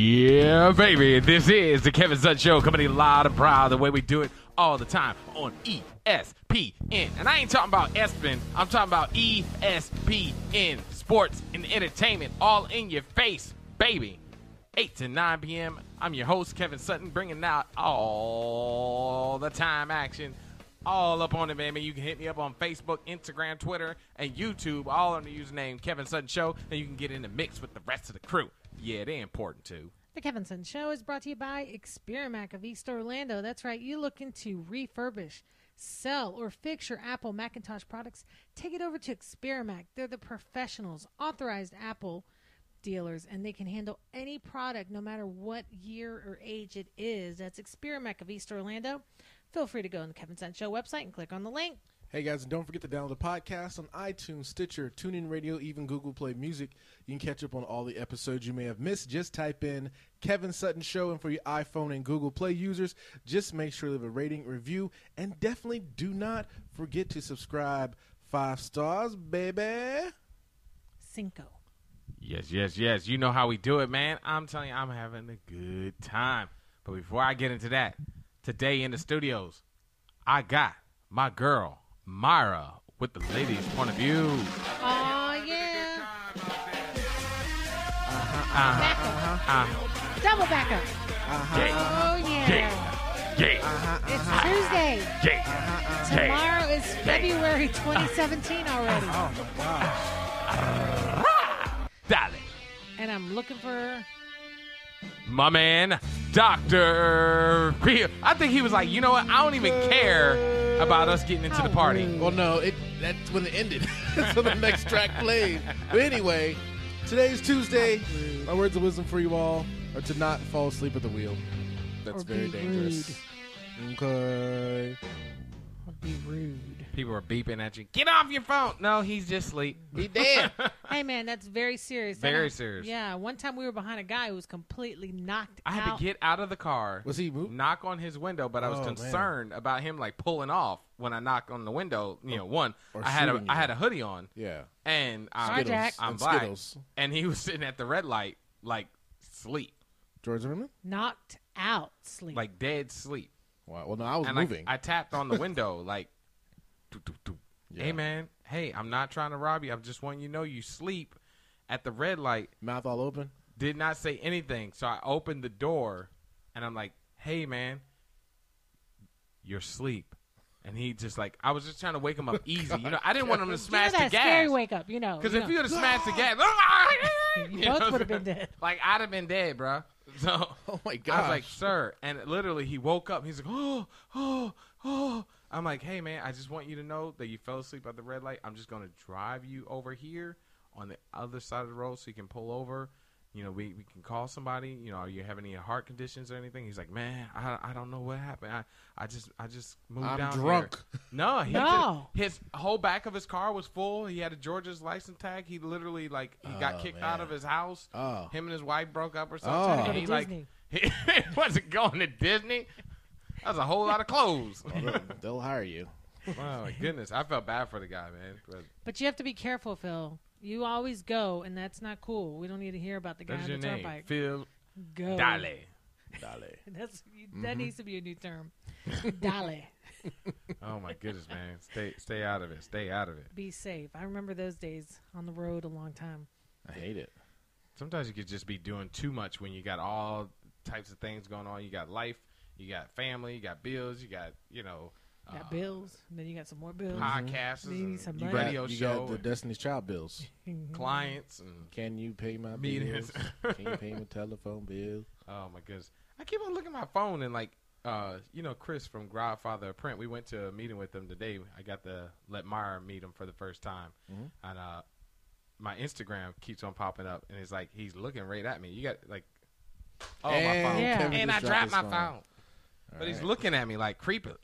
Yeah, baby, this is the Kevin Sutton Show coming in loud and proud the way we do it all the time on E ESPN. And I ain't talking about E ESPN, I'm talking about E ESPN sports and entertainment all in your face, baby. 8 to 9 p.m. I'm your host, Kevin Sutton, bringing out all the time action. All up on it, man. Man, You can hit me up on Facebook, Instagram, Twitter, and YouTube, all under the username Kevin Sutton Show, and you can get in the mix with the rest of the crew. Yeah, they're important too. The Kevin Sutton Show is brought to you by Experimac of East Orlando. That's right, you looking to refurbish, sell, or fix your Apple Macintosh products? Take it over to Experimac. They're the professionals, authorized Apple dealers, and they can handle any product no matter what year or age it is. That's Experimac of East Orlando. Feel free to go on the Kevin Sutton Show website and click on the link. Hey guys, and don't forget to download the podcast on iTunes, Stitcher, TuneIn Radio, even Google Play Music. You can catch up on all the episodes you may have missed. Just type in Kevin Sutton Show, and for your iPhone and Google Play users, just make sure to leave a rating, review, and definitely do not forget to subscribe. Five stars, baby. Cinco. Yes, yes, yes. You know how we do it, man. I'm telling you, I'm having a good time. But before I get into that, today in the studios, I got my girl, Myra, with the ladies' point of view. Aw, Oh, yeah. Uh-huh, Back up. Double back up. Yeah, Oh, yeah. yeah, It's Tuesday. yeah. Tomorrow is February 2017 already, Uh-huh. Dolly. and I'm looking for. My man, Dr. Phil. I think he was like, you know what? I don't even care about us getting into the Oh, party. Well, no, it that's when it ended. that's when the next track played. But anyway, today's Tuesday. My words of wisdom for you all are to not fall asleep at the wheel. That's Or very be dangerous. Okay. Would be rude. People are beeping at you. Get off your phone. No, he's just asleep. He dead. Hey, man, that's very serious. Very I- serious. Yeah, one time we were behind a guy who was completely knocked I out. had to get out of the car. Was he moved? knock on his window, but I was Oh, man. concerned about him like pulling off when I knocked on the window. You know, one Or I had a shooting you. I had a hoodie on, Yeah. and Sorry, I'm, Skittles. Jack. I'm And black, Skittles. and he was sitting at the red light like sleep, George Zimmerman? knocked out sleep. like dead sleep, Wow. Well, no, I was and moving. I, I tapped on the window like, doop, doop, doop. Yeah. hey man, hey, I'm not trying to rob you. I'm just wanting you to know you sleep at the red light. Mouth all open. did not say anything. So I opened the door and I'm like, hey, man, you're asleep. And he just like, I was just trying to wake him up easy. You know, I didn't want him to Oh, you know smash that the scary gas. wake up, you know. Because you if know. you would have smashed the gas, You you know, both would have been dead. Like, I'd have been dead, bro. So Oh, my I was like, gosh. sir. And literally, he woke up. He's like, oh, oh, oh. I'm like, hey, man, I just want you to know that you fell asleep at the red light. I'm just going to drive you over here on the other side of the road so you can pull over. You know, we, we can call somebody. You know, are you having any heart conditions or anything? He's like, man, I, I don't know what happened. I, I just I just moved I'm down here." drunk. No, he No. did- his whole back of his car was full. He had a Georgia's license tag. He literally like he got Oh, kicked man. out of his house. Oh. Him and his wife broke up or Oh. something. Gotta and go he to like Disney. he wasn't going to Disney. That was a whole lot of clothes. They'll- They'll hire you. oh my goodness, I felt bad for the guy, man. But But you have to be careful, Phil. You always go, and that's not cool. We don't need to hear about Oh. the guy that's on your the name, turnpike. Phil Go. Dale. Mm-hmm. Dale. That's, you, That needs to be a new term. Dale. Oh my goodness, man. Stay stay out of it. Stay out of it. Be safe. I remember those days on the road a long time. I hate it. sometimes you could just be doing too much when you got all types of things going on. You got life, you got family, you got bills, you got you know uh, Got bills, and then you got some more bills. podcasts, Maybe and some you money. radio you show, got the and Destiny's Child bills. Mm-hmm. clients, and Can you pay my Meetings. bills? Can you pay my telephone bill? oh my goodness, I keep on looking at my phone and like. Uh, you know Chris from Godfather of Print. We went to a meeting with him today. I got to let Myra meet him for the first time, Mhm. and uh, my Instagram keeps on popping up, and it's like he's looking right at me. You got like, oh and my phone, Yeah. Kevin and I just dropped dropped my his phone. All But he's right. looking at me like creepily.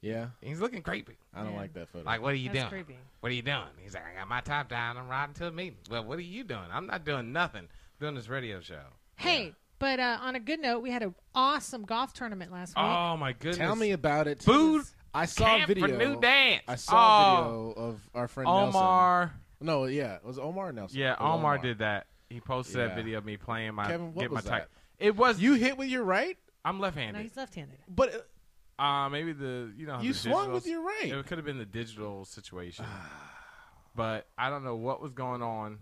Yeah, He's looking creepy. I don't Yeah. like that photo. Like, what are you That's doing? creepy. What are you doing? He's like, I got my top down. I'm riding to a meeting. Well, what are you doing? I'm not doing nothing. I'm doing this radio show. Hey, but uh, on a good note, we had an awesome golf tournament last week. Oh my goodness! Tell me about it. food I saw a camp video. for new dance. I Oh, saw a video of our friend Omar. Nelson. No, yeah, it was Omar Nelson. Yeah, It was Omar did that. He posted that Yeah. video of me playing my Kevin, what get was my tight- that? It was You hit with your right, I'm No, left-handed. he's left-handed. but uh, Uh, maybe the you know how you the swung digital- with your right. Ah. It could have been the digital situation, but I don't know what was going on.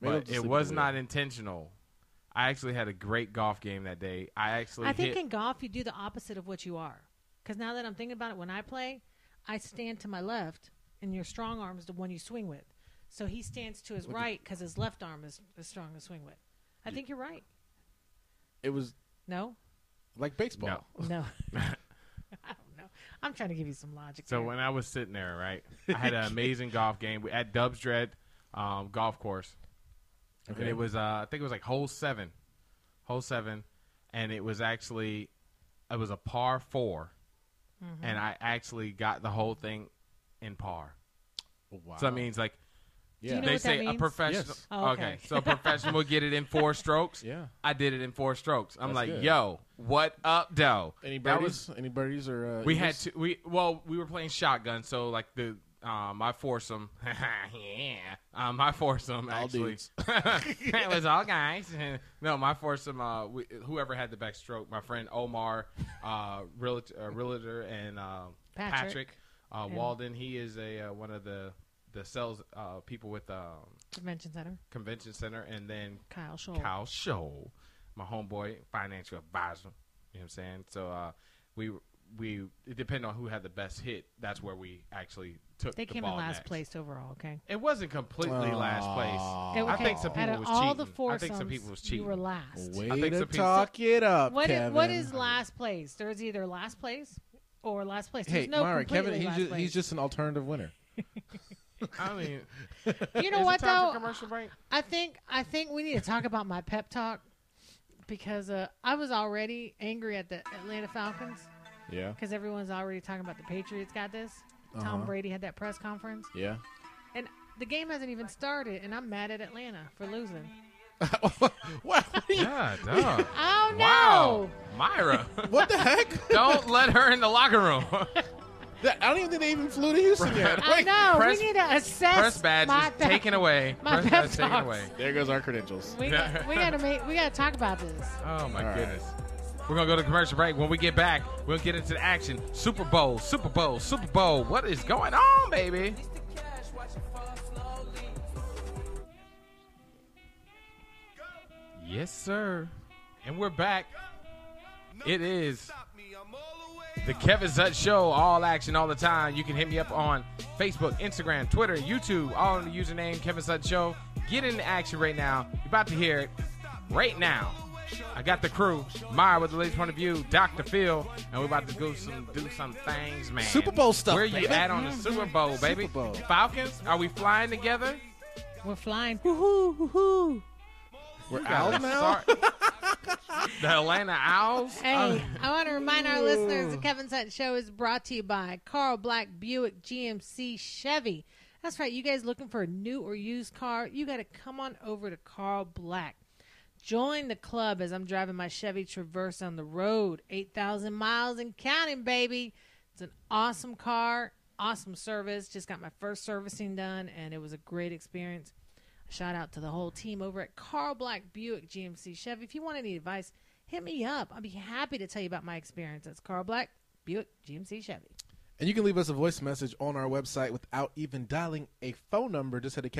Maybe But I'm just it sleeping was weird. not intentional. I actually had a great golf game that day. I actually I think hit, in golf you do the opposite of what you are. Because now that I'm thinking about it, when I play, I stand to my left, and your strong arm is the one you swing with. So he stands to his right because his left arm is is strong to swing with. I think you're right. It was No, like baseball. No. no. I don't know. I'm trying to give you some logic. So there. when I was sitting there, right, I had an amazing golf game at Dubs Dread um, Golf Course, and Okay. it was uh, I think it was like hole seven, hole seven, and it was actually it was a par 4 Mm-hmm. and I actually got the whole thing in par. Wow. So that means like You yeah. know they what that say a means? professional. Yes. Oh, okay. okay. so a professional will get it in four strokes. Yeah. I did it in four strokes. I'm That's like, good. yo, what up, doe? Any That birdies? was Any birdies or uh, we had eagles? two. We well, we were playing shotgun, so like the um, my foursome, yeah, um, my foursome All actually. dudes. it was all guys. no, my foursome. Uh, we, whoever had the back stroke, my friend Omar, uh, realtor, uh, realtor and uh, Patrick. uh, And- Walden. He is a uh, one of the the sales uh, people with um, convention center, convention center, and then Kyle Scholl. Kyle Show, my homeboy, financial advisor. You know what I'm saying? So uh, we we it depended on who had the best hit. That's where we actually took. They the came in ball last next. place overall. Okay. It wasn't completely last place. Aw. I think some Out people of was all the cheating. foursomes, I think some people was cheating. You were last. Way think to some people- talk it up, What i- Kevin. what is last place? There's either last place or last place. Hey, There's no Myra, completely Kevin, he's last just, place. he's just an alternative winner. I mean, you know is what it time though? For commercial break. I think I think we need to talk about my pep talk because uh, I was already angry at the Atlanta Falcons Yeah, because everyone's already talking about the Patriots got this. Uh-huh. Tom Brady had that press conference, yeah. and the game hasn't even started, and I'm mad at Atlanta for losing. what? Yeah, duh. Oh no! Wow, Myra, What the heck? don't let her in the locker room. That- I don't even think they even flew to Houston yet. I know. press- we need to assess Press my badge is pep- taken away. my Press pep badge taken talks. away. There goes our credentials. We, got- we gotta make. We gotta talk about this. Oh my All right. goodness. We're gonna go to commercial break. When we get back, we'll get into the action. Super Bowl, Super Bowl, Super Bowl. What is going on, baby? Yes, sir. And we're back. It is the Kevin Zutt Show, all action, all the time. You can hit me up on Facebook, Instagram, Twitter, YouTube, all under the username Kevin Zutt Show. Get in the action right now. You're about to hear it right now. I got the crew, Myra with the latest point of view, Dr. Phil, and we're about to go some do some things, man. Super Bowl stuff, Where you baby. at on the Super Bowl, baby? Super Bowl. Falcons, are we flying together? We're flying. Woohoo! Woohoo! We're Got out a now. sar- the Atlanta Owls. Hey, I want to remind our listeners the Kevin Sutton Show is brought to you by Carl Black Buick GMC Chevy. That's right, you guys looking for a new or used car? You got to come on over to Carl Black. Join the club as I'm driving my Chevy Traverse on the road, 8,000 miles and counting, baby. It's an awesome car, awesome service. Just got my first servicing done, and it was a great experience. Shout out to the whole team over at Carl Black Buick GMC Chevy. If you want any advice, hit me up. I'll be happy to tell you about my experience. That's Carl Black Buick GMC Chevy. And you can leave us a voice message on our website without even dialing a phone number. Just head to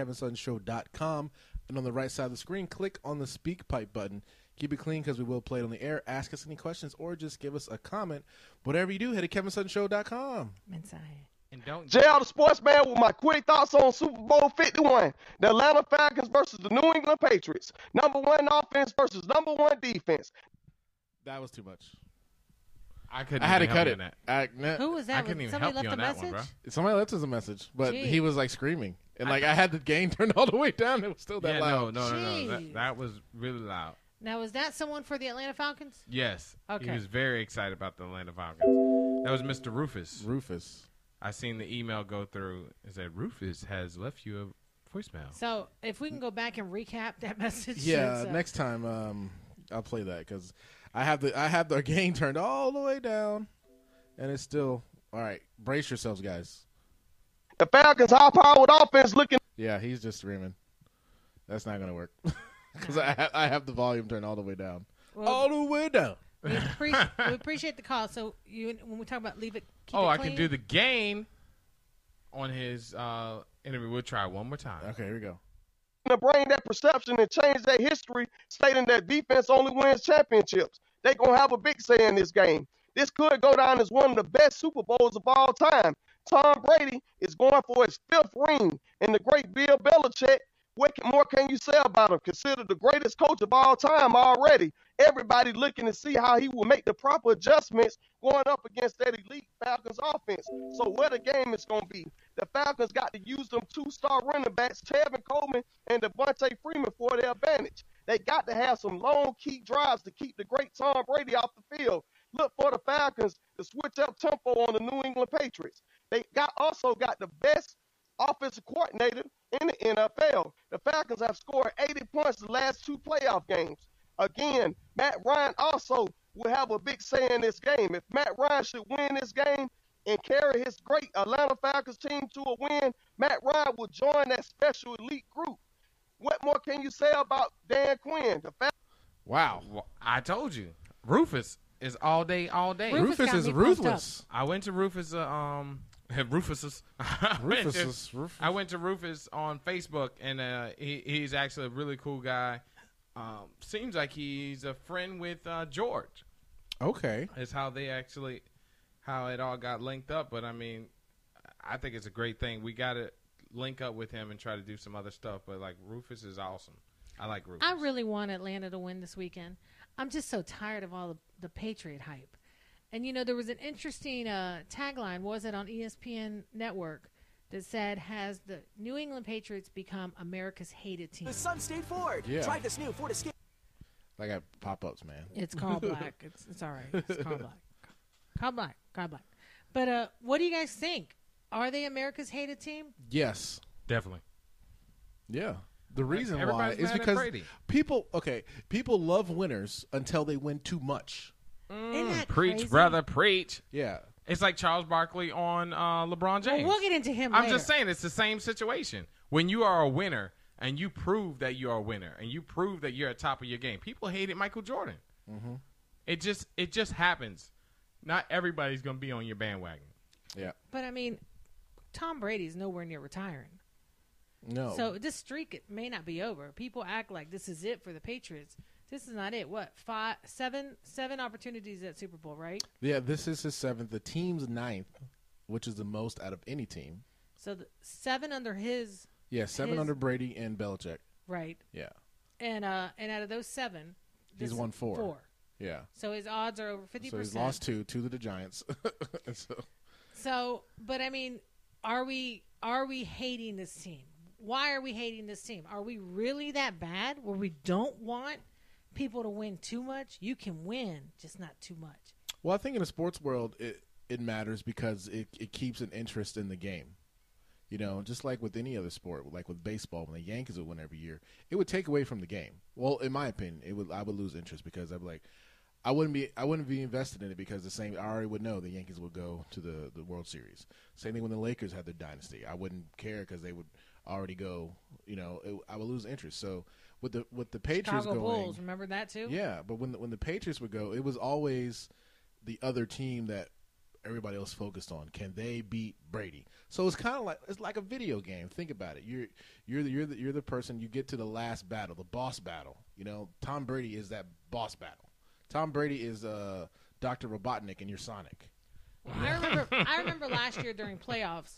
kevinsuttonshow.com and on the right side of the screen, click on the speak pipe button. Keep it clean because we will play it on the air. Ask us any questions or just give us a comment. Whatever you do, head to kevinsuttonshow.com. Mensaje. And don't JL the Sportsman with my quick thoughts on Super Bowl 51. The Atlanta Falcons versus the New England Patriots. Number one offense versus number one defense. That was too much. I couldn't. I had to even cut help it. you in I, nah, Who was that? I couldn't Was- even Somebody help left you a on that message? one, Somebody left us a message, but Gee. he was like screaming. And like I had the game turned all the way down. It was still that. that Yeah, loud. no, no, no, no. That, Jeez. that was really loud. Now, was that someone for the Atlanta Falcons? Yes. He Okay. was very excited about the Atlanta Falcons. That was Mr. Rufus. Rufus. I seen the email go through. It said Rufus has left you a voicemail. So, if we can go back and recap that message. Yeah, since, uh, next time um, I'll play that because I have the I have the game turned all the way down, and it's still all right. Brace yourselves, guys. The Falcons' high powered offense looking Yeah, he's just screaming. That's not gonna work. because I, ha- I have the volume turned all the way down, Well- all the way down. Oh. We, appre- we appreciate the call. So you, when we talk about leave it, keep oh, it I clean, can do the gain on his uh, interview. We'll try one more time. Okay, here we go. to bring that perception and change that history, stating that defense only wins championships. They gonna have a big say in this game. This could go down as one of the best Super Bowls of all time. Tom Brady is going for his fifth ring, and the great Bill Belichick. What can- more can you say about him? Considered the greatest coach of all time already. Everybody looking to see how he will make the proper adjustments going up against that elite Falcons offense. So where the game is going to be. The Falcons got to use them two-star running backs, Tevin Coleman and Devontae Freeman, for their advantage. They got to have some long key drives to keep the great Tom Brady off the field. Look for the Falcons to switch up tempo on the New England Patriots. They got also got the best offensive coordinator in the NFL. The Falcons have scored 80 points the last two playoff games. Again, Matt Ryan also will have a big say in this game. If Matt Ryan should win this game and carry his great Atlanta Falcons team to a win, Matt Ryan will join that special elite group. What more can you say about Dan Quinn? The Fal- Wow. Well, I told you. Rufus is all day, all day. Rufus Rufus got me is pumped ruthless. I went to Rufus, uh, um, Rufus's. I went to- Rufus's, Rufus. I went to Rufus on Facebook, and uh, he, he's actually a really cool guy. Um, seems like he's a friend with uh, George. Okay, Is how they actually, how it all got linked up. But I mean, I think it's a great thing. We got to link up with him and try to do some other stuff. But like Rufus is awesome. I like Rufus. I really want Atlanta to win this weekend. I'm just so tired of all the, the Patriot hype. And you know, there was an interesting uh, tagline, was it on E ESPN Network, that said, "Has the New England Patriots become America's hated team?" The Sun State Ford. Yeah. Drive this new Ford Escape. I got pop ups, man. It's Carl Black. It's it's all right. It's Carl Black. Carl Black. Carl Black. But uh, what do you guys think? Are they America's hated team? Yes, Definitely. yeah. The reason why everybody's is mad at because Brady. people. Okay, people love winners until they win too much. Isn't Mm, that Preach, crazy? brother, preach. Yeah, It's like Charles Barkley on uh, LeBron James. We'll get into him. I'm later. just saying it's the same situation. When you are a winner and you prove that you are a winner and you prove that you're at top of your game, people hated Michael Jordan. Mm-hmm. It just it just happens. Not everybody's gonna be on your bandwagon. yeah. But I mean, Tom Brady's nowhere near retiring. No. So this streak it may not be over. People act like this is it for the Patriots. This is not it. What five, seven, seven opportunities at Super Bowl, right? yeah, this is his seventh. The team's ninth, which is the most out of any team. So the, seven under his Yeah, seven His- under Brady and Belichick. right, Yeah, and uh, and out of those seven, He's this is won four. Four. yeah. So his odds are over fifty So percent. he's lost two, two to the Giants. And so, So, but I mean, are we are we hating this team? Why are we hating this team? Are we really that bad where we don't want people to win too much? You can win, just not too much. well, I think in the sports world, it it matters because it it keeps an interest in the game. You know, just like with any other sport, like with baseball, when the Yankees would win every year, it would take away from the game. Well, in my opinion, it would I would lose interest because I'd be like, I wouldn't be I wouldn't be invested in it because the same I already would know the Yankees would go to the the World Series. Same thing when the Lakers had their dynasty, I wouldn't care because they would already go. You know, it, I would lose interest. So with the with the Patriots Chicago going, Bulls, remember that too? Yeah, but when the, when the Patriots would go, it was always the other team that everybody else focused on. Can they beat Brady? So it's kind of like it's like a video game. Think about it. You're you're the, you're the, you're the person you get to the last battle, the boss battle. You know, Tom Brady is that boss battle. Tom Brady is uh, Doctor Robotnik, and you're Sonic. I remember. I remember last year during playoffs,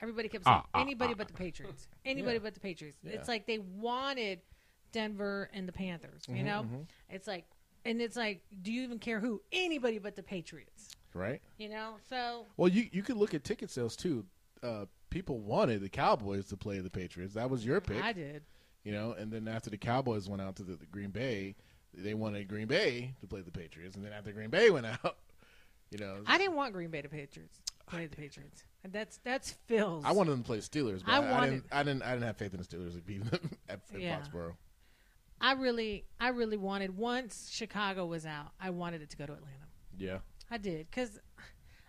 everybody kept saying Ah, ah, anybody but the Patriots. Anybody Uh, Yeah. but the Patriots. Yeah. It's like they wanted Denver and the Panthers. Mm-hmm, You know, it's like, and it's like, do you even care who? Anybody but the Patriots. Right. You know, so Well, you you could look at ticket sales too. Uh, people wanted the Cowboys to play the Patriots. That was your pick. I did. you know. And then after the Cowboys went out to the, the Green Bay, they wanted Green Bay to play the Patriots, and then after Green Bay went out, you know, I didn't want Green Bay to Patriots play the Patriots. And that's that's Phil's. I wanted them to play Steelers, but I I, I, wanted- didn't, I didn't, I didn't have faith in the Steelers to beat them at, at Yeah. Foxborough. I really, I really wanted. Once Chicago was out, I wanted it to go to Atlanta. Yeah, I did because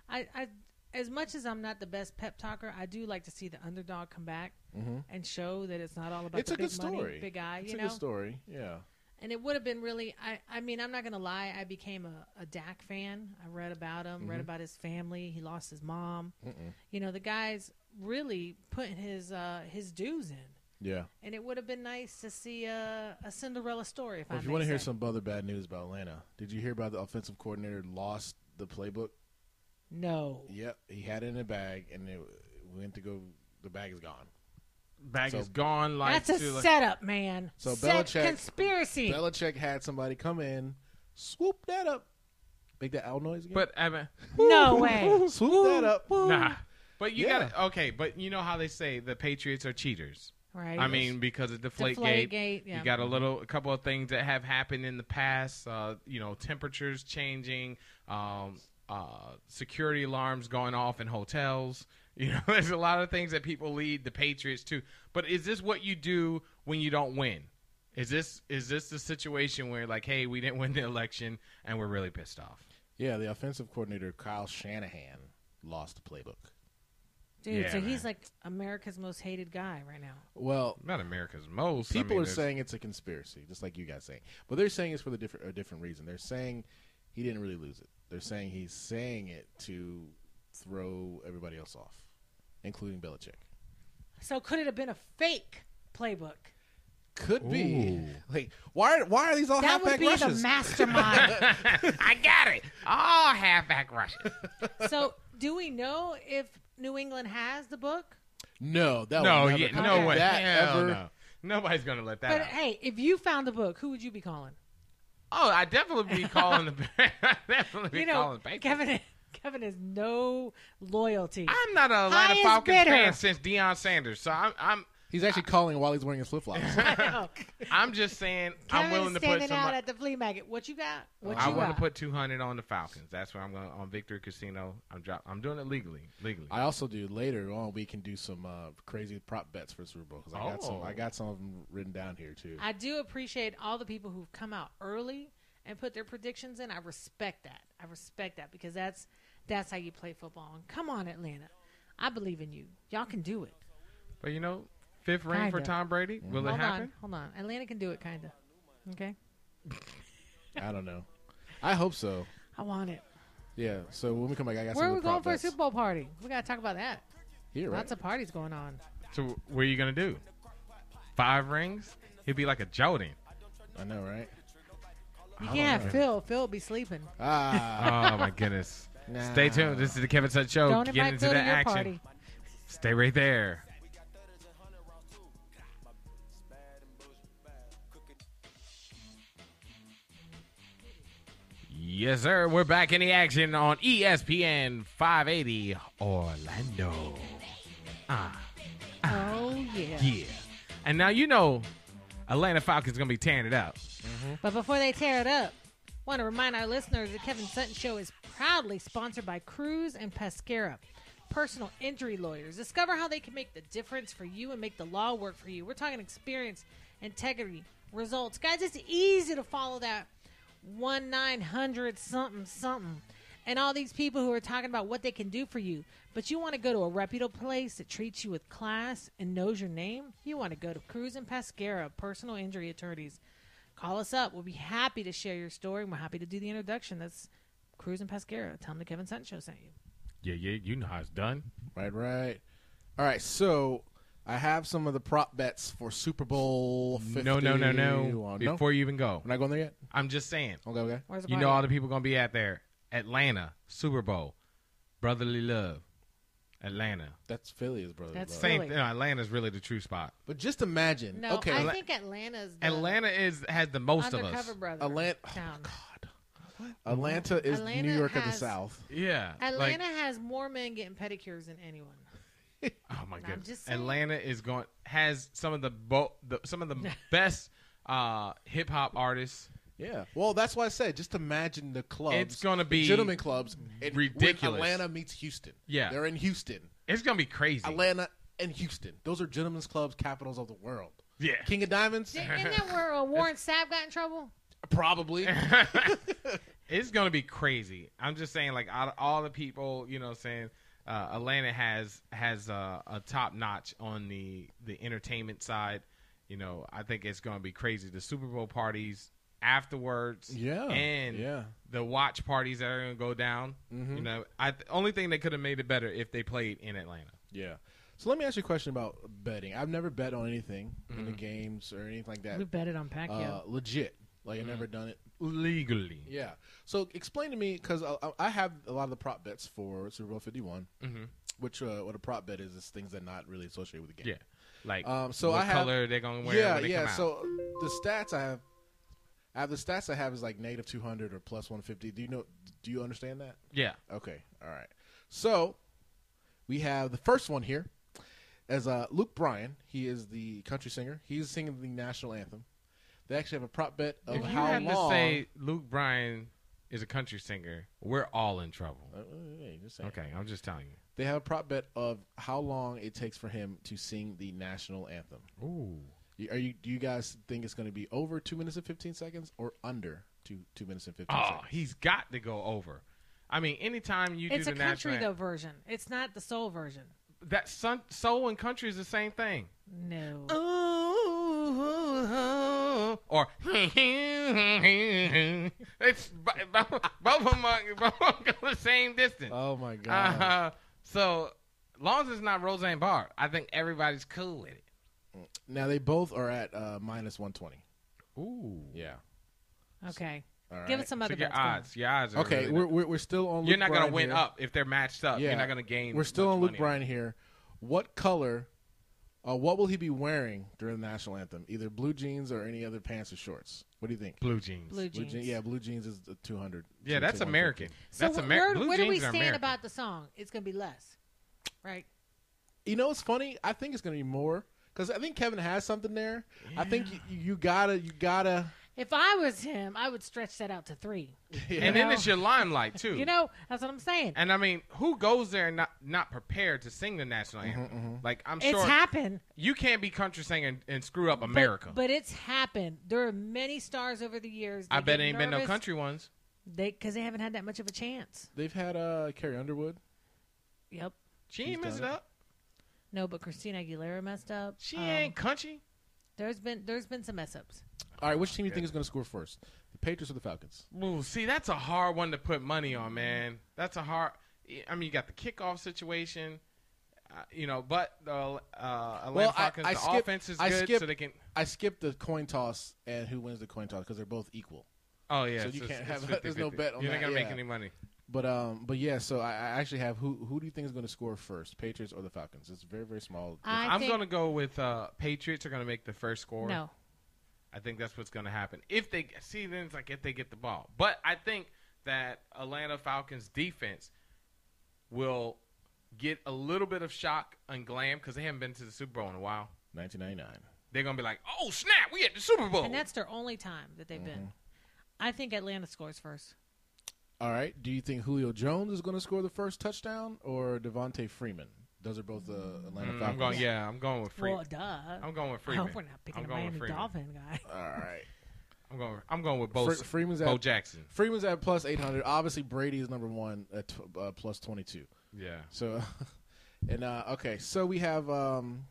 I, I, as much as I'm not the best pep talker, I do like to see the underdog come back and show that it's not all about Mm-hmm. it's the a big good money, story. big guy. It's you a know, good story. Yeah. and it would have been really. I, I mean, I'm not gonna lie. I became a, a Dak fan. I read about him, Mm-hmm. read about his family. He lost his mom. You know, the guy's really putting his uh, his dues in, Yeah. and it would have been nice to see a, a Cinderella story. If Well, I if you may want to hear say. some other bad news about Atlanta, did you hear about the offensive coordinator lost the playbook? no, Yep, he had it in a bag, and it went to go. The bag is gone. Bag So- is gone. Like that's a to, like- setup, man. So Set Belichick- conspiracy. Belichick had somebody come in, swoop that up, make that owl noise again. but I mean, no way. swoop that up. nah. But you Yeah. gotta okay. But you know how they say the Patriots are cheaters. Right. I mean, because of Deflate, Deflategate, yeah. you got a little, a couple of things that have happened in the past. Uh, you know, temperatures changing, um, uh, security alarms going off in hotels. You know, there's a lot of things that people lead the Patriots to. But is this what you do when you don't win? Is this is this the situation where like, hey, we didn't win the election and we're really pissed off? Yeah, the offensive coordinator Kyle Shanahan lost the playbook. Dude, Yeah, so man. he's like America's most hated guy right now. Well, Not America's most. I people mean, are there's- saying it's a conspiracy, just like you guys saying. But they're saying it's for the different a different reason. They're saying he didn't really lose it. They're saying he's saying it to throw everybody else off, including Belichick. So could it have been a fake playbook? Could be. Like, why are why are these all That would halfback be rushes? the mastermind. I got it. All halfback rushes. so do we know if New England has the book? no, that No, would never yeah, come no out. way. That Hell ever. no. Nobody's gonna let that. But out. hey, if you found the book, who would you be calling? Oh, I definitely be calling the. I definitely be you know, calling Patriots. Kevin. Kevin has no loyalty. I'm not a Atlanta Highest Falcons bidder. fan since Deion Sanders, so I'm I'm He's actually calling while he's wearing his flip flops. I know. I'm just saying Kevin I'm willing is to put standing some. out at the flea market. What you got? What I you want got? to put 200 on the Falcons. That's what I'm going to on Victory Casino. I'm drop, I'm doing it legally, legally. I also do later on. We can do some uh, crazy prop bets for Super Bowl because I got some. Oh. I got some of them written down here too. I do appreciate all the people who've come out early and put their predictions in. I respect that. I respect that because that's that's how you play football. And come on, Atlanta, I believe in you. Y'all can do it. but you know, fifth ring for Kinda. Tom Brady. Will it hold happen? on, hold on. Atlanta can do it, kinda. Okay, I don't know. I hope so. I want it. Yeah. So when we come back, I got Where some are of we the going prop for a bets Super Bowl party? We gotta talk about that. here. Right? Lots of parties going on. So what are you going to do? Five rings? He'd be like a Jordan. I know, right? You can't have Phil. Phil will be sleeping. Ah, Oh my goodness. Stay tuned. This is the Kevin Sutton Show. Don't Get invite Oh, into Phil the to your action. party. Stay right there. Yes, sir. We're back in the action on E ESPN 580 Orlando. Oh yeah. Yeah. And now you know Atlanta Falcons going to be tearing it up. But before they tear it up, want to remind our listeners the Kevin Sutton Show is proudly sponsored by Cruz and Pescara, personal injury lawyers. Discover how they can make the difference for you and make the law work for you. We're talking experience, integrity, results. Guys, it's easy to follow that 1 900 something something. And all these people who are talking about what they can do for you, but you want to go to a reputable place that treats you with class and knows your name, you want to go to Cruz and Pescara, personal injury attorneys call us up. We'll be happy to share your story, and we're happy to do the introduction. That's Cruz and Pescara. Tell them the Kevin Sutton Show sent you. Yeah, yeah. You know how it's done. right, right. All right. So I have some of the prop bets for Super Bowl. 50. No, no, no, no. Uh, Before you even go, we're not going there yet. I'm just saying. Okay, okay. Where's the You party? know all the people gonna be out there. Atlanta, Super Bowl, brotherly love, Atlanta. That's Philly's brother. That's- love. Same. Really? No, Atlanta's really the true spot. But just imagine. no, okay, I Atla- think Atlanta's the Atlanta is has the most of us. oh, undercover brother. Atlanta. town. God. Atlanta is Atlanta New York of the has- South. Yeah. like- Atlanta has more men getting pedicures than anyone. oh my goodness. just saying. Atlanta is going has some of the, bo- the some of the best uh, hip hop artists. Yeah. Well, that's why I said just imagine the clubs. It's gonna be gentlemen clubs. and when ridiculous. Atlanta meets Houston. Yeah. They're in Houston. It's gonna be crazy. Atlanta and Houston. Those are gentlemen's clubs, capitals of the world. Yeah. King of Diamonds? Isn't that where uh, Warren Sapp got in trouble? Probably. It's gonna be crazy. I'm just saying, like out of all the people, you know, what I'm saying uh, Atlanta has has uh, a top notch on the the entertainment side. You know, I think it's going to be crazy. The Super Bowl parties afterwards, Yeah, and yeah. Mm-hmm. the watch parties that are going to go down. You know, I th- only thing they could have made it better if they played in Atlanta. Yeah. So let me ask you a question about betting. I've never bet on anything in the Mm-hmm. games or anything like that. We betted on Pacquiao. Uh, legit. Like I've Mm-hmm. never done it. Legally, Yeah. So explain to me because I, I have a lot of the prop bets for Super Bowl Fifty Mhm. which uh, what a prop bet is is things that are not really associated with the game. yeah. Like, Um, so what I have- color they're going to wear? yeah, when they yeah. Come out. So the stats I have, I have the stats I have is like negative two hundred or plus one fifty. Do you know? Do you understand that? yeah, Okay. All right. So we have the first one here as uh, Luke Bryan. He is the country singer. He's singing the national anthem. They actually have a prop bet of if you how had long. to say Luke Bryan is a country singer, we're all in trouble. Uh, hey, just saying. Okay, I'm just telling you. They have a prop bet of how long it takes for him to sing the national anthem. Ooh, You- Are you? Do you guys think it's going to be over two minutes and fifteen seconds or under two two minutes and fifteen oh, seconds? he's got to go over. I mean, anytime you it's do a the country national though version. It's not the soul version. anthem- that sun, soul and country is the same thing. No. Ooh, or it's bo- bo- both of them are, both of them go the same distance. Oh my god! Uh, so long as it's not Roseanne Barr, I think everybody's cool with it. Now they both are at uh, minus one twenty. Ooh, Yeah. Okay. All right. Give us some So other your bets, go on. odds, your odds. Are Okay, really we're, we're, we're still on. Luke You're not going Bryan to win here. up if they're matched up. Yeah. You're not going to gain. We're still much on Luke money. Bryan here. What color? Uh, what will he be wearing during the national anthem? Either blue jeans or any other pants or shorts. What do you think? Blue jeans. Blue Blue jeans. jean- yeah, blue jeans is the two hundred. Yeah, that's American. So that's wh- American. where, Blue where do we jeans are stand American. about the song? It's going to be less, right? You know, it's funny. I think it's going to be more because I think Kevin has something there. I think you, you gotta, you gotta. If I was him, I would stretch that out to three. And then know? it's your limelight too. You know, that's what I'm saying. And I mean, who goes there and not not prepared to sing the national Mm-hmm, anthem? Like I'm It's sure happened. you can't be country singing and, screw up but- America. But, it's happened. There are many stars over the years. I that bet get it ain't been no nervous. country ones. They because they haven't had that much of a chance. They've had uh, Carrie Underwood. Yep. She She's ain't mess it done it. up. No, but Christina Aguilera messed up. She Um, ain't country. There's been there's been some mess ups. All right, which team do you think is going to score first? The Patriots or the Falcons? Ooh, see, that's a hard one to put money Mm-hmm. on, man. That's a hard. I mean, you got the kickoff situation, uh, you know, but the uh, Atlanta Well, I- Falcons, I the skip- offense is I good, skip- so they can. I skipped the coin toss and who wins the coin toss because they're both equal. Oh yeah, So you it's- can't it's have- 50-50. there's no bet on You're that, not gonna yeah. make any money. But um, but yeah. So I, I actually have who who do you think is going to score first, Patriots or the Falcons? It's very very small. I I am think- gonna go with uh, Patriots are gonna make the first score. No, I think that's what's gonna happen if they see. Then it's like if they get the ball, but I think that Atlanta Falcons defense will get a little bit of shock and glam because they haven't been to the Super Bowl in a while. 1999. They're gonna be like, oh snap, we at the Super Bowl. and that's their only time that they've been. Mm-hmm. I think Atlanta scores first. All right. Do you think Julio Jones is going to score the first touchdown or Devontae Freeman? Those are both the Atlanta Mm, Falcons. I'm going. Yeah, I'm going with Freeman. Well, duh. I'm going with I Freeman. hope we're not picking I'm a going with Miami Freeman. Dolphin guy. All right. I'm going. I'm going with Bo. Fre- Freeman's Bo at Jackson. Freeman's at plus 800. Obviously Brady is number one at tw- uh, plus 22. Yeah. So, and uh, okay. So we have. Um,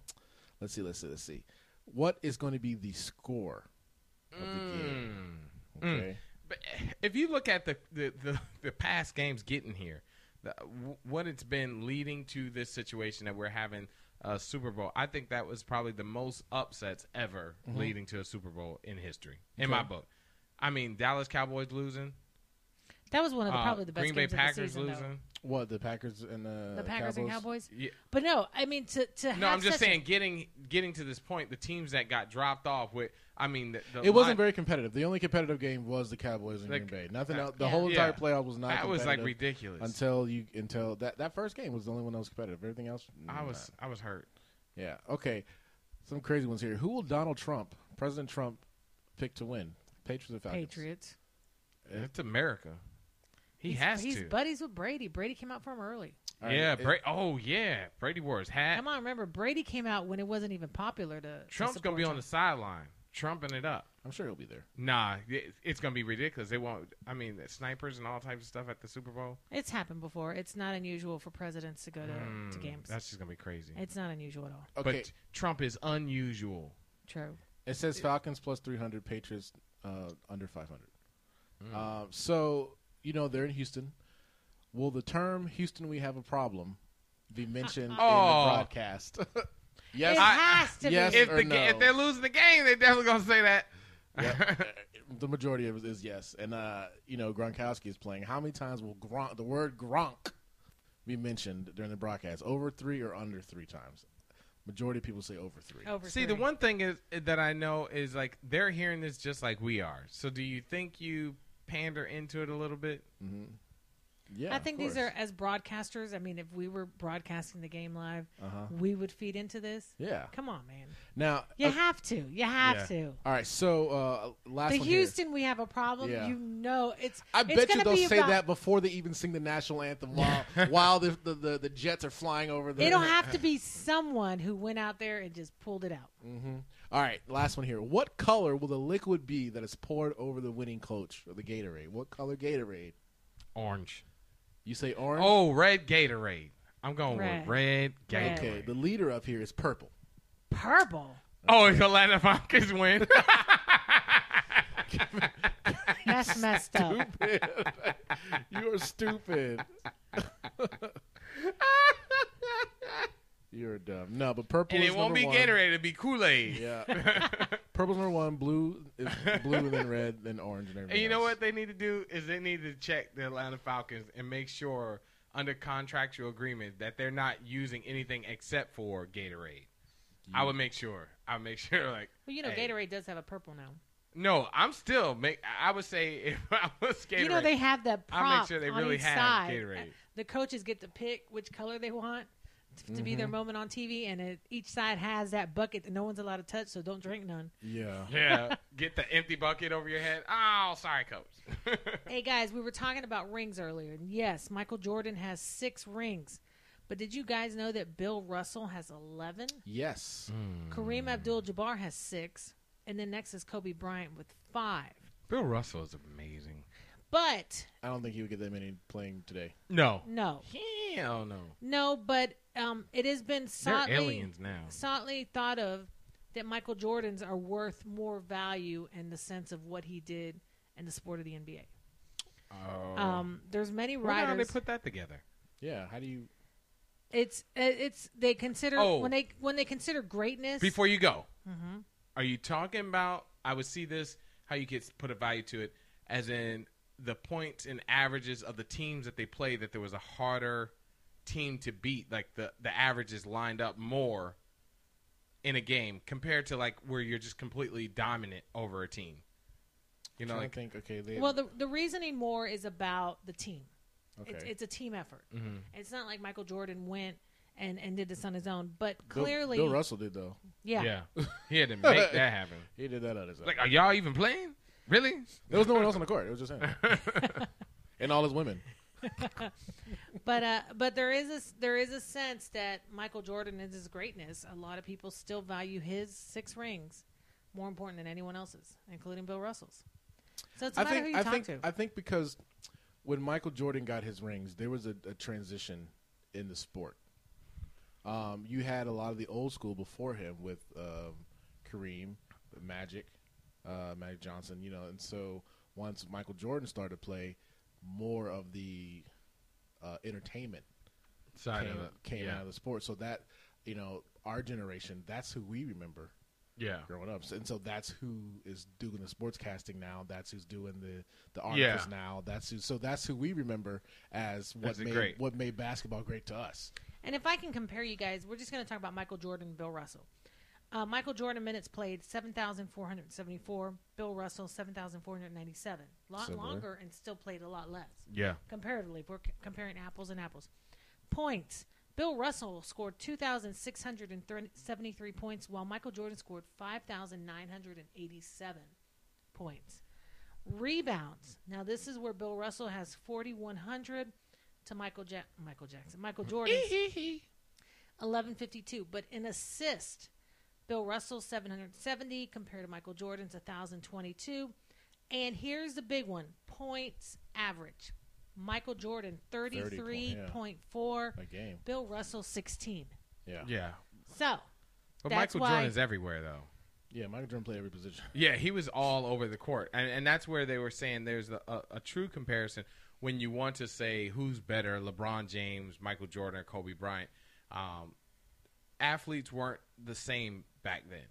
let's see. Let's see. Let's see. What is going to be the score of Hmm. the game? Mm. Okay. But if you look at the the, the, the past games getting here, the, w- what it's been leading to this situation that we're having a Super Bowl, I think that was probably the most upsets ever Mm-hmm. leading to a Super Bowl in history, in my book. I mean, Dallas Cowboys losing, That was one of the, uh, probably the best Green Bay games Packers of the season, though. losing. What the Packers and uh, The Packers and Cowboys. Yeah. But no, I mean to to have No, I'm just such a- saying, getting getting to this point, the teams that got dropped off with, I mean, the, the It wasn't line- very competitive. The only competitive game was the Cowboys and Like, Green Bay. Nothing uh, else. The Yeah. whole entire yeah. playoff was not. That was like competitive ridiculous. Until you until that that first game was the only one that was competitive. Everything else, I nah. was I was hurt. Yeah. Okay. Some crazy ones here. Who will Donald Trump, President Trump, pick to win? Patriots or Falcons? Patriots. It's America. He he's, has he's to. buddies with Brady. Brady came out for him early. All right, yeah, it- Bra- oh yeah, Brady wore his hat. Come on, remember Brady came out when it wasn't even popular to. to Trump's gonna support be on the Trump. sideline. trumping it up. I'm sure he'll be there. Nah, it, it's gonna be ridiculous. They won't. I mean, the snipers and all types of stuff at the Super Bowl. It's happened before. It's not unusual for presidents to go to, to Mm, games. That's just gonna be crazy. It's not unusual at all. Okay, But Trump is unusual. True. it says Falcons plus 300, Patriots uh, under 500. Hmm. Um, so you know they're in Houston. Will the term "Houston, we have a problem" be mentioned in Oh. the broadcast? yes, It I- has to yes. be. If, the, or ga- no? if they're losing the game, they're definitely gonna say that. the majority of it is yes. And uh, you know Gronkowski is playing. How many times will Gronk the word Gronk be mentioned during the broadcast? Over three or under three times? Majority of people say over three. Over See, the three. one thing is eh, that I know is like they're hearing this just like we are. So, do you think you pander into it a little bit? Yeah, I of think these course. are as broadcasters. I mean, if we were broadcasting the game live, Uh-huh. we would feed into this. Yeah. Come on, man. Now, You uh, have to. You have Yeah. to. all right. So uh, last The one here. Houston, we have a problem. Yeah. You know, it's. I it's bet you gonna they'll be say about- that before they even sing the national anthem while while the, the, the, the jets are flying over the It'll have to be someone who went out there and just pulled it out. Mm-hmm. All right, last one here. What color will the liquid be that is poured over the winning coach or the Gatorade? What color Gatorade? Orange. You say orange? Oh, red Gatorade. I'm going Red. with red Gatorade. Red. okay. The leader up here is purple. Purple. Oh, if Atlanta Falcons win. That's messed up. You're stupid. You're dumb. No, but purple and is it won't number be one. Gatorade, it'll be Kool Aid. Yeah. Purple's number one, blue is blue and then red, then orange and everything. And you know else. what they need to do is they need to check the Atlanta Falcons and make sure under contractual agreement that they're not using anything except for Gatorade. I would make sure. I would make sure like Well, you know, hey. Gatorade does have a purple now. No, I'm still make I would say if I was Gatorade. You know, they have that I'll prop make sure they on really each have side. Gatorade. The coaches get to pick which color they want to be Mm-hmm. their moment on TV, and it, each side has that bucket that no one's allowed to touch, so don't drink none. Yeah. Yeah. Get the empty bucket over your head. Oh, sorry, coach. Hey guys, we were talking about rings earlier. And Yes, Michael Jordan has six rings. But did you guys know that Bill Russell has 11? Yes. Kareem Mm. Abdul Jabbar has six. And then next is Kobe Bryant with five. Bill Russell is amazing. But I don't think he would get that many playing today. No. no, Hell no. no, but um, it has been They're solidly, aliens now. solidly thought of that Michael Jordans are worth more value in the sense of what he did in the sport of the NBA. Oh. Um, there's many Wonder how they writers. put that together? Yeah. How do you? It's it's they consider Oh. when they when they consider greatness. Before you go, are you talking about? I would see this how you could put a value to it, as in the points and averages of the teams that they played. That there was a harder team to beat, like the the averages lined up more in a game compared to like where you're just completely dominant over a team. You know, I like think. Okay. They, well, the the reasoning more is about the team. It's Okay. Mm-hmm. it's a team effort. It's not like Michael Jordan went and and did this on his own. But Bill- clearly, Bill Russell did though. yeah, yeah, he had to make that happen. He did that on his own. Like, are y'all even playing? Really? there was no one else on the court. It was just him. and all his women. But uh, but there is a s- there is a sense that Michael Jordan is his greatness. A lot of people still value his six rings more important than anyone else's, including Bill Russell's. So it's a I matter who think. you I talk think. to. I think because when Michael Jordan got his rings, there was a, a transition in the sport. Um, you had a lot of the old school before him with um, Kareem, Magic, uh, Magic Johnson. You know, and so once Michael Jordan started to play, more of the uh, entertainment Side came, of it. came yeah. out of the sport. So that you know, our generation, that's who we remember yeah. growing up, So- and so that's who is doing the sports casting now. That's who's doing the the Yeah. articles now. That's who. So that's who we remember as what As the made great. what made basketball great to us. and if I can compare you guys, we're just going to talk about Michael Jordan and Bill Russell. Uh, Michael Jordan minutes played seven thousand four hundred seventy four. Bill Russell seven thousand four hundred ninety seven. A lot Similar. longer and still played a lot less. Yeah. comparatively. if We're c- comparing apples and apples. Points. Bill Russell scored 2,673 points, while Michael Jordan scored 5,987 points. Rebounds. Now, this is where Bill Russell has 4,100 to Michael, ja- Michael Jackson. Michael Jordan, 1,152. But in assist, Bill Russell's 770 compared to Michael Jordan's 1,022. And here's the big one points average. Michael Jordan 33.4, A game. Bill Russell 16. Yeah. yeah. Yeah. So, But That's Michael why- Jordan's everywhere though. Michael Jordan played every position. Yeah, he was all over the court, and and that's where they were saying there's a, a, a true comparison when you want to say who's better, LeBron James, Michael Jordan, or Kobe Bryant. Um, athletes weren't the same back then.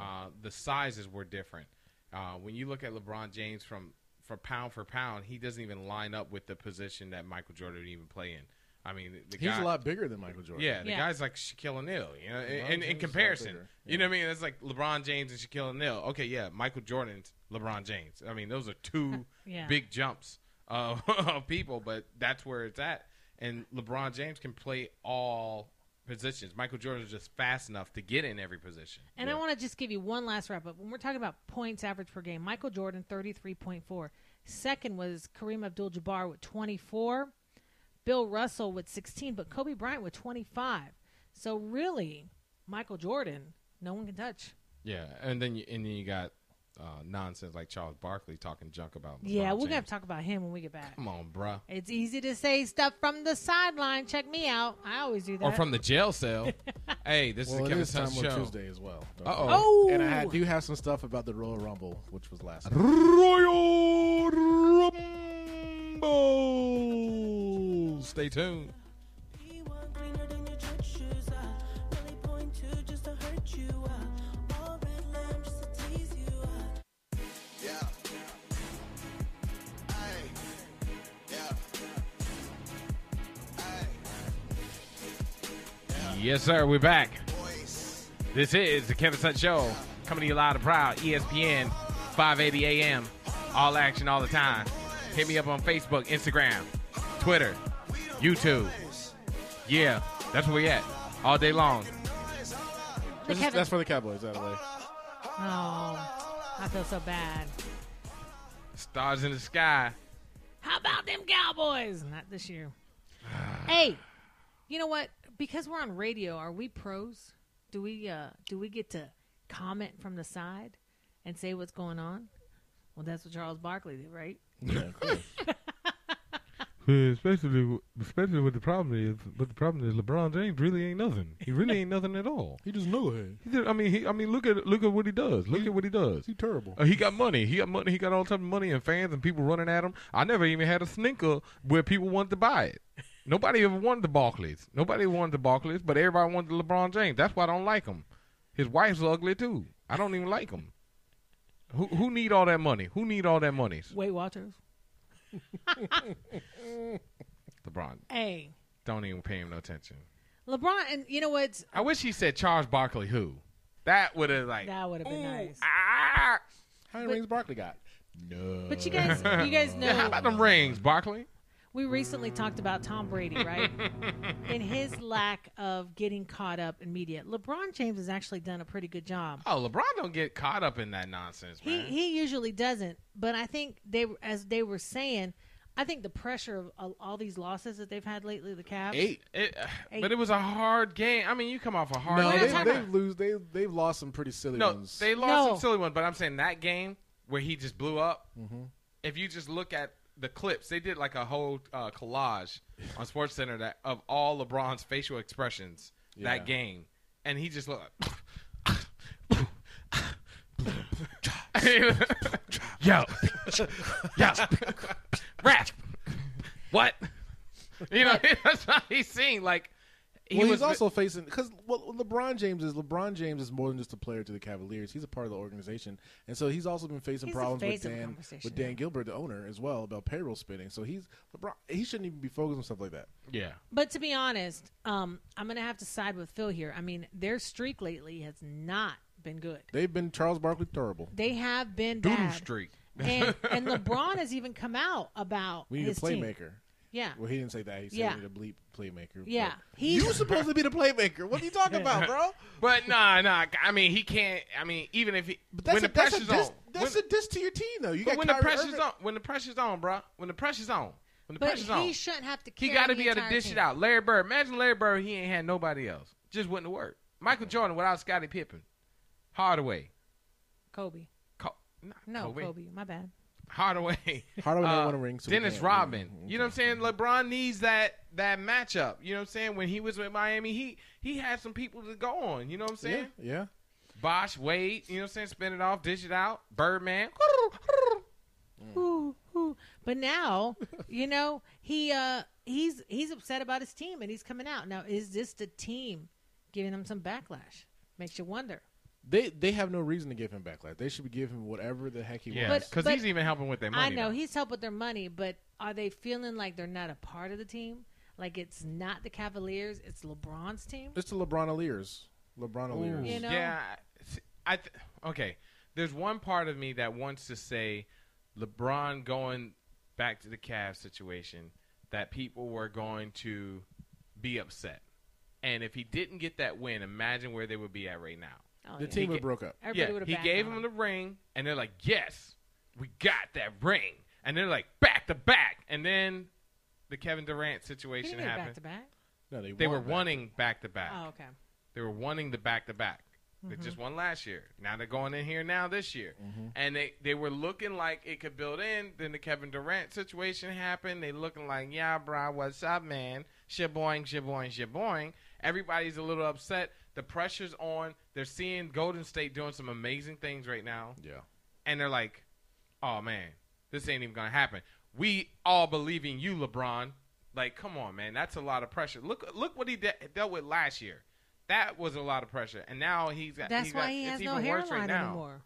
Uh, the sizes were different. Uh, when you look at LeBron James from for pound for pound, he doesn't even line up with the position that Michael Jordan would even play in. I mean, the, the He's guy, a lot bigger than Michael Jordan. Yeah, the Yeah. guy's like Shaquille O'Neal, you know, in, LeBron James is a in lot comparison. bigger. You know what I mean? It's like LeBron James and Shaquille O'Neal. Okay, yeah, Michael Jordan's LeBron James. I mean, those are two Yeah. big jumps of, of people, but that's where it's at. And LeBron James can play all positions. Michael Jordan is just fast enough to get in every position. and I want to just give you one last wrap up. When we're talking about points average per game, Michael Jordan 33.4. Second was Kareem Abdul Jabbar with 24. Bill Russell with 16, but Kobe Bryant with 25. So, really, Michael Jordan, no one can touch. Yeah, and then you, and then you got uh, nonsense like Charles Barkley talking junk about. yeah, LeBron we're going to have James. to talk about him when we get back. Come on, bruh. It's easy to say stuff from the sideline. Check me out. I always do that. Or from the jail cell. hey, this Well, is it the Kevin is Time Sutton Lord Show. Tuesday as well. Don't Uh-oh. forget. Oh, And I do have some stuff about the Royal Rumble, which was last. night. Royal Rumble. Stay tuned. Be one cleaner than your church shoes. I really point two just to hurt you. I all red lamb just to tease you. ah. I Yeah. Ayy. Yeah. Ayy. Yes, sir. We're back. Boys. This is the Kevin Sutton Show, coming to you loud and proud, E ESPN, 580 AM, all action all the time. Hit me up on Facebook, Instagram, Twitter, YouTube. Yeah, that's where we at, all day long. the This is- Kevin. that's for the Cowboys, by the way. oh, I feel so bad. Stars in the sky. How about them Cowboys? Not this year. hey, you know what? Because we're on radio, are we pros? Do we uh do we get to comment from the side and say what's going on? Well, that's what Charles Barkley did, right? Yeah, cool. Especially, especially what the problem is. What the problem is, LeBron James really ain't nothing. He really ain't nothing at all. he just knew it. He did- I mean, he, I mean, look at look at what he does. Look at what he does. He terrible. Uh, he got money. He got money. He got all type of money and fans and people running at him. I never even had a sneaker where people wanted to buy it. Nobody ever wanted the Barclays. Nobody wanted the Barclays, but everybody wanted the LeBron James. That's why I don't like him. His wife's ugly too. I don't even like him. Who who need all that money? Who need all that money? Weight Watchers. LeBron. Hey, Don't even pay him no attention. LeBron, and you know what? I wish he said Charles Barkley. Who? That would have like. That would have been ooh, nice. ah. How many rings Barkley got? No. But you guys, you guys How know about them rings, Barkley? We recently talked about Tom Brady, right? and his lack of getting caught up in media. LeBron James has actually done a pretty good job. Oh, LeBron don't get caught up in that nonsense, He man. he usually doesn't, but I think they as they were saying, I think the pressure of all- all these losses that they've had lately, the Cavs. Eight. It, uh, Eight. But it was a hard game. I mean, you come off a hard No, We're they, not game. they about- lose. They they've lost some pretty silly no, ones. they lost No. some silly one, but I'm saying that game where he just blew up, Mm-hmm. if you just look at the clips, they did like a whole uh, collage on Sports Center that of all LeBron's facial expressions Yeah. that game. And he just looked like. Yo, yo, rap. What? you know, that's what he's seeing. Like, he well, was he's also facing because well, LeBron James is LeBron James is more than just a player to the Cavaliers. He's a part of the organization, and so he's also been facing He's the problems with face of the Dan conversation, with Dan yeah. Gilbert, the owner, as well about payroll spinning. So he's LeBron. He shouldn't even be focused on stuff like that. yeah. But to be honest, um, I'm gonna have to side with Phil here. I mean, their streak lately has not been good. They've been Charles Barkley terrible. They have been Doodoo bad. streak. and, and LeBron has even come out about We need his a playmaker. Team. Yeah. Well, he didn't say that. He said Yeah. we need a bleep playmaker. Yeah, but- he's- you were supposed to be the playmaker. What are you talking about, bro? But nah, nah. I mean, he can't. I mean, even if he But that's when a, the pressure's that's a diss, on, That's when, a diss to your team, though. You but got when the Kyrie pressure's Irving. on, when the pressure's on, bruh, when the pressure's on, when the But pressure's he on, shouldn't have to. Carry he got to the be able to entire dish it team. out. Larry Bird, imagine Larry Bird, he ain't had nobody else. Just wouldn't work. Michael Jordan without Scottie Pippen. Hardaway. Kobe. Co- not No, Kobe. Kobe. My bad. Hardaway. Hardaway Uh, won a ring. So we Dennis can't- Rodman. You know what I'm saying? LeBron needs that that matchup. You know what I'm saying? When he was with Miami, he he had some people to go on. You know what I'm saying? Yeah, yeah. Bosh, Wade. You know what I'm saying? Spin it off, dish it out. Birdman. Ooh, ooh. But now, you know, he uh he's he's upset about his team and he's coming out. Now, is this the team giving him some backlash? Makes you wonder. They they have no reason to give him backlash. They should be giving him whatever the heck he Yeah, wants. But- because he's even helping with their money. I know though. he's helped with their money, but are they feeling like they're not a part of the team? Like it's not the Cavaliers, it's LeBron's team? It's the LeBronaliers. LeBronaliers. You know? Yeah. I, I th- okay. There's one part of me that wants to say LeBron going back to the Cavs situation that people were going to be upset. And if he didn't get that win, imagine where they would be at right now. Oh, The yeah. team He would ga- broke up. Everybody yeah, would've he backed gave on him the ring, and they're like, "Yes, we got that ring." And they're like, "Back to back." And then the Kevin Durant He situation didn't get back happened. to back. No, they, They won were back. wanting back to back. Oh, okay. They were wanting the back to back. They just won last year. Now they're going in here now this year. And they, they were looking like it could build in. Then the Kevin Durant situation happened. They looking like, yeah, brah, what's up, man? Shaboing, shaboing, shaboing. Everybody's a little upset. The pressure's on. They're seeing Golden State doing some amazing things right now. Yeah. And they're like, oh, man, this ain't even going to happen. We all believe in you, LeBron. Like, come on, man. That's a lot of pressure. Look look what he de- dealt with last year. That was a lot of pressure, and now he's got. That's he's why got- he it's has even no worse right hairline now. anymore.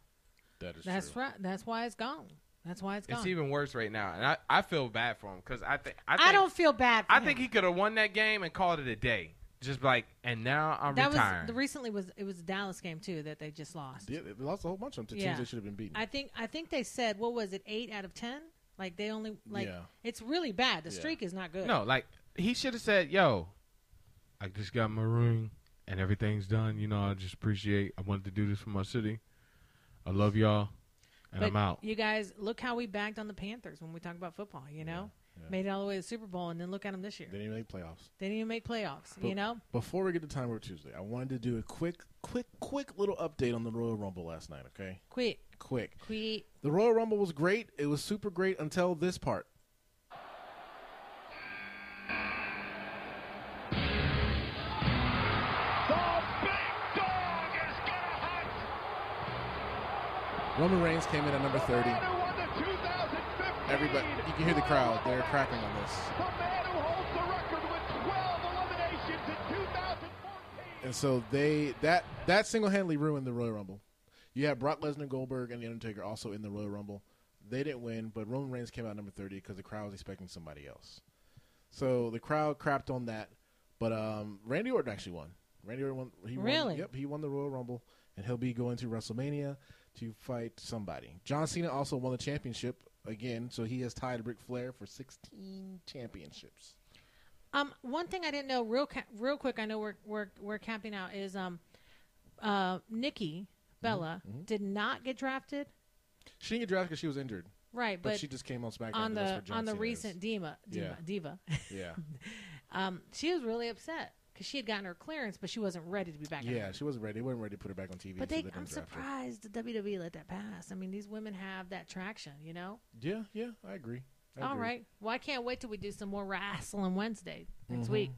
That is That's true. right. That's why it's gone. That's why it's gone. It's even worse right now, and I, I feel bad for him because I think I, think, I don't feel bad. For I him. think he could have won that game and called it a day. Just like, and now I'm that retired. was the recently was it was the Dallas game too that they just lost. Yeah, they lost a whole bunch of them to Yeah. teams they should have been beaten. I think I think they said what was it eight out of ten? Like they only like Yeah. it's really bad. The Yeah. streak is not good. no, like he should have said, "Yo, I just got my ring and everything's done. You know, I just appreciate. I wanted to do this for my city. I love y'all, and but I'm out." You guys look how we bagged on the Panthers when we talk about football. You know, made it all the way to the Super Bowl and then look at them this year. they didn't even make playoffs. They didn't even make playoffs. you know, Before we get to Time Warp Tuesday, I wanted to do a quick, quick, quick little update on the Royal Rumble last night, okay? quit, Quick. quit. The Royal Rumble was great. It was super great until this part. Roman Reigns came in at number 30. Everybody, you can hear the crowd. They're cracking on this. And so they that that single-handedly ruined the Royal Rumble. You had Brock Lesnar, Goldberg, and The Undertaker also in the Royal Rumble. They didn't win, but Roman Reigns came out number 30 because the crowd was expecting somebody else. So the crowd crapped on that, but um, Randy Orton actually won. Randy Orton won. He Really? Won, yep, he won the Royal Rumble, and he'll be going to WrestleMania to fight somebody. John Cena also won the championship again, so he has tied Ric Flair for 16 championships. Um, one thing I didn't know real ca- real quick. I know we're we're we're camping out is um, uh, Nikki Mm-hmm. Bella did not get drafted. She didn't get drafted because she was injured, Right, but, but, she just came on SmackDown. on and that's the what John on the Cena is. recent Dima Dima Yeah. Diva, Um, yeah, she was really upset because she had gotten her clearance, but she wasn't ready to be back. in the yeah, ring. she wasn't ready. They wasn't ready to put her back on TV. but so they, didn't I'm draft her. surprised the WWE let that pass. I mean, these women have that traction, you know. Yeah, yeah, I agree. I All agree. right, well, I can't wait till we do some more wrestling Wednesday next Mm-hmm. week.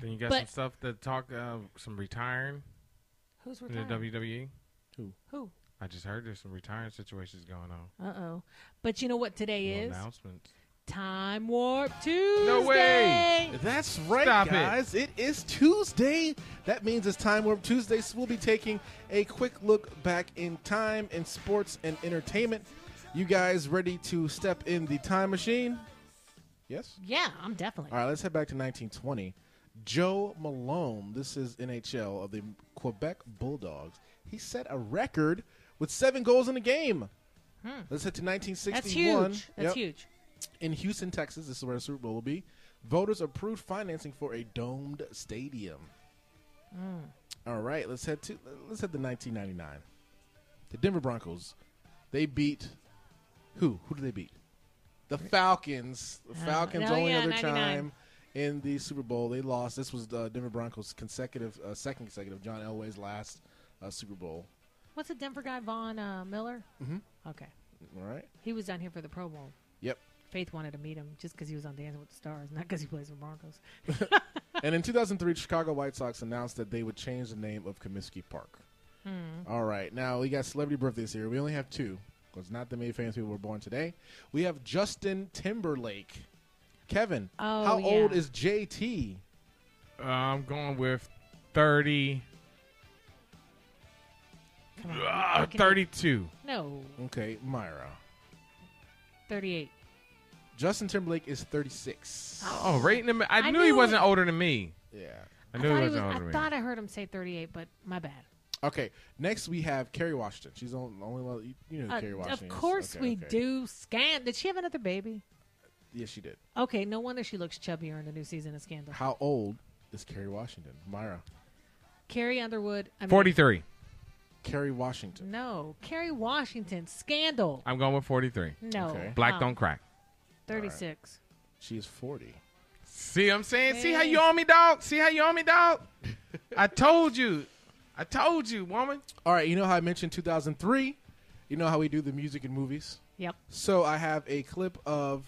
then you got but- some stuff to talk, uh, some retiring Who's in the retiring? WWE. Who? I just heard there's some retiring situations going on. Uh oh. But you know what today Little is? announcements. Time Warp Tuesday. way. That's right, Stop it. guys. it is Tuesday. That means it's Time Warp Tuesday. So we'll be taking a quick look back in time in sports and entertainment. You guys ready to step in the time machine? Yes. Yeah, I'm definitely. All right, let's head back to 1920. Joe Malone, this is NHL of the Quebec Bulldogs. He set a record with seven goals in a game. Let's head to 1961. Hmm. That's huge. That's Yep. huge. in Houston, Texas, this is where the Super Bowl will be. Voters approved financing for a domed stadium. Mm. All right, let's head to let's head to 1999. The Denver Broncos, they beat who? Who did they beat? The Falcons. The Falcons oh only yeah, other 99. time in the Super Bowl they lost. This was the Denver Broncos' consecutive uh, second consecutive John Elway's last uh, Super Bowl. What's a Denver guy, Vaughn uh, Miller? Mm-hmm. Okay. All right. He was down here for the Pro Bowl. Yep. Faith wanted to meet him just because he was on Dancing with the Stars, not because he plays for Broncos. and in 2003, Chicago White Sox announced that they would change the name of Comiskey Park. Hmm. All right, now we got celebrity birthdays here. We only have two because not that many famous people were born today. We have Justin Timberlake. Kevin, Oh, how yeah. old is JT? Uh, I'm going with 30. Ah, Can you- 32. No, Okay, Myra. 38. Justin Timberlake is 36. Oh, right in the. mi- I, I knew, knew he it. wasn't older than me. Yeah. I I, knew thought, he he was, wasn't I older than me. thought I heard him say 38, but my bad. Okay, next we have Kerry Washington. She's on the only one you- you know who Uh, Kerry Washington. of is. course Okay, we okay. do. Scam. Did she have another baby? Yes, she did. Okay, no wonder she looks chubbier in the new season of Scandal. How old is Kerry Washington? Myra. Carrie Underwood. I mean, 43. Kerry Washington. No, Carrie Washington. Scandal. I'm going with 43. No. Okay. Black um, don't crack. 36. She is 40. See what I'm saying? See how you on me, dog? See how you on me, dog? I told you. I told you, woman. All right, you know how I mentioned 2003? You know how we do the music and movies? Yep. So I have a clip of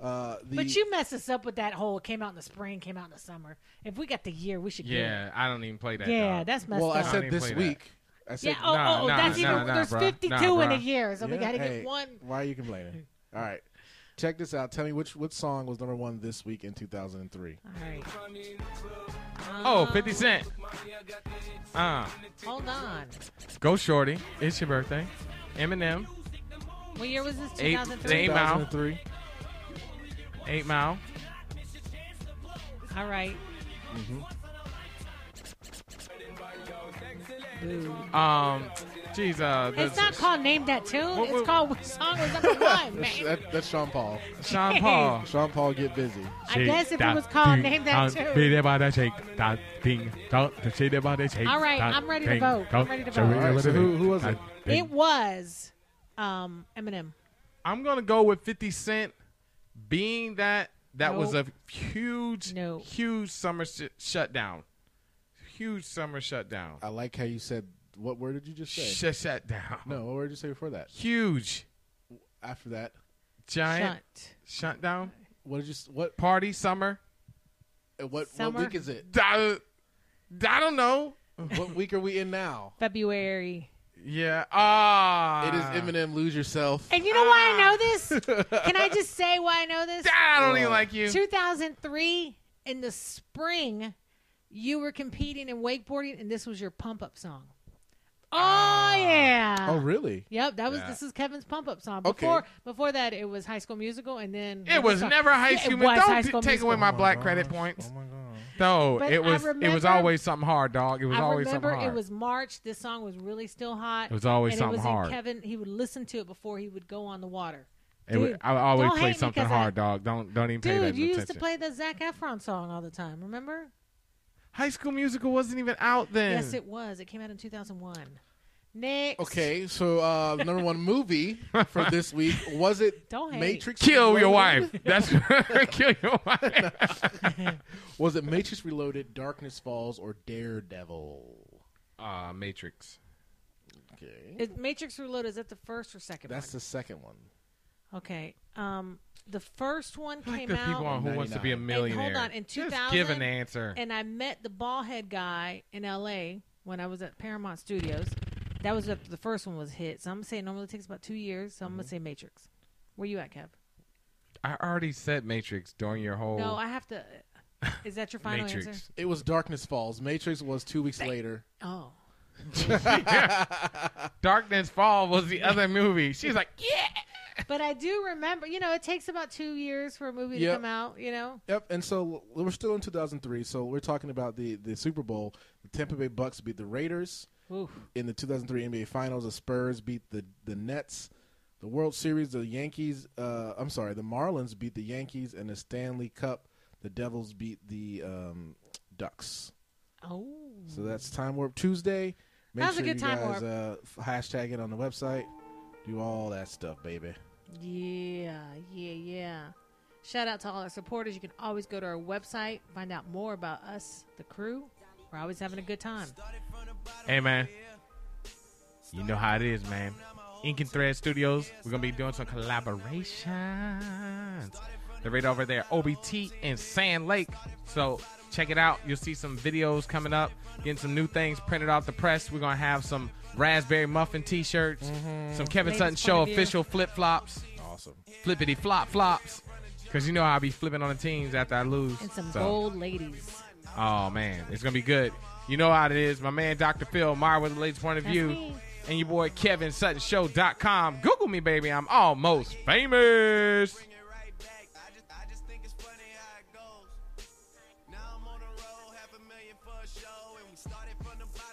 uh, the. But you mess us up with that whole it came out in the spring, came out in the summer. If we got the year, we should get Yeah, I don't even play that. it. Yeah, dog. that's messed well, I up. I said don't this even play week. I said. yeah, oh, Nah, oh, oh, nah, that's even, nah, nah, there's bruh. 52 Nah, in a bruh. year, so we Yeah, got to hey, get one. Why are you complaining? All right. Check this out. Tell me which what song was number one this week in 2003. All right, Oh, 50 Cent. Uh, hold on. go shorty. It's your birthday. Eminem, What year was this? Eight- 2003? Eight Mile. 2003. 8 Mile. All right. Um, geez, uh, the- It's not called Name That Tune. What- what- it's called Which Song Was Number One, man. That, that's Sean Paul. Sean Paul. Sean Paul, get busy. I guess if it was called Name That Tune. there by that shake, that thing, don't see there by that shake. All right, I'm ready to vote. I'm ready to All vote. right, so who, who was it? It was um, Eminem. I'm gonna go with 50 Cent, being that that was a Nope. huge, Nope. huge summer sh- shutdown, huge summer shutdown, I like how you said. What word did you just say? Sh- shut down. No, what word did you say before that? huge, After that, giant Shunt. shutdown what did you? s- What party summer. what Summer. what week is it? I, I don't know. What week are we in now? February. Yeah. Ah. It is Eminem. Lose yourself. And you know why I know this? Can I just say why I know this? I don't even like you. 2003 in the spring, you were competing in wakeboarding, and this was your pump up song. Oh yeah. Oh really? Yep, that was Ah. Yeah. this is Kevin's pump up song. Okay. Before before that, it was High School Musical, and then It was never high Yeah, school. It was Don't high d- school take musical. away my black credit points. Oh my god. No, But it I was it was remember- always something hard, dog. It was I always remember something hard. it was March. This song was really still hot. It was always and something it was hard. In Kevin, he would listen to it before he would go on the water. It wa- Dude, I always don't play hate me something 'cause I- hard, dog. Don't don't even pay that Dude, you used to attention. play the Zach Efron song all the time. Remember? High School Musical wasn't even out then. Yes, it was. It came out in 2001. Next. Okay, so uh, number one movie for this week was it Don't hate. Matrix? Kill your wife. Reloaded? That's kill your wife. Was it Matrix Reloaded, Darkness Falls, or Daredevil? Ah, Matrix. Okay, Is Matrix Reloaded, is that the first or second that's one? the second one. okay. Um, the first one Like came the out. people on Who Wants to Be a 99. Millionaire. And hold on, in Just give 2000 an answer. and I met the ball head guy in L.A. when I was at Paramount Studios. That was after the first one was hit. So I'm going to say it normally takes about two years. So I'm Mm-hmm. going to say Matrix. Where you at, Kev? I already said Matrix during your whole No, I have to. Is that your final Oh. Matrix. answer? It was Darkness Falls. Matrix was two weeks later. Oh. Darkness Fall was the other movie. She was like, yeah. But I do remember, you know, it takes about two years for a movie Yep. to come out, you know? Yep, and so we're still in 2003. So we're talking about the the Super Bowl. The Tampa Bay Bucks beat the Raiders. Oof. in the 2003 NBA Finals, the Spurs beat the the Nets. The World Series, the Yankees. Uh, I'm sorry, the Marlins beat the Yankees, and the Stanley Cup, the Devils beat the um, Ducks. Oh. So that's Time Warp Tuesday. Make That was a sure good you Time guys uh, f- hashtag it on the website. Do all that stuff, baby. Yeah, yeah, yeah. Shout out to all our supporters. You can always go to our website, find out more about us, the crew. We're always having a good time. Hey, man. You know how it is, man. Ink and Thread Studios, we're going to be doing some collaborations. They're right over there, OBT and Sand Lake. So check it out. You'll see some videos coming up, getting some new things printed off the press. We're going to have some raspberry muffin t shirts, some Kevin Sutton Ladies' Mm-hmm. point Show of view. official flip flops, Awesome. flippity flop flops. Because you know I'll be flipping on the teams after I lose. And some So- bold ladies. Oh man, it's gonna be good. You know how it is. My man Dr. Phil Meyer with the latest point of That's view. me. And your boy Kevin Sutton Show.com. Google me, baby. I'm almost famous. Bring it right back. I just, I just think it's funny how it goes. Now I'm on the road, half a million for a show, and we started from the bottom.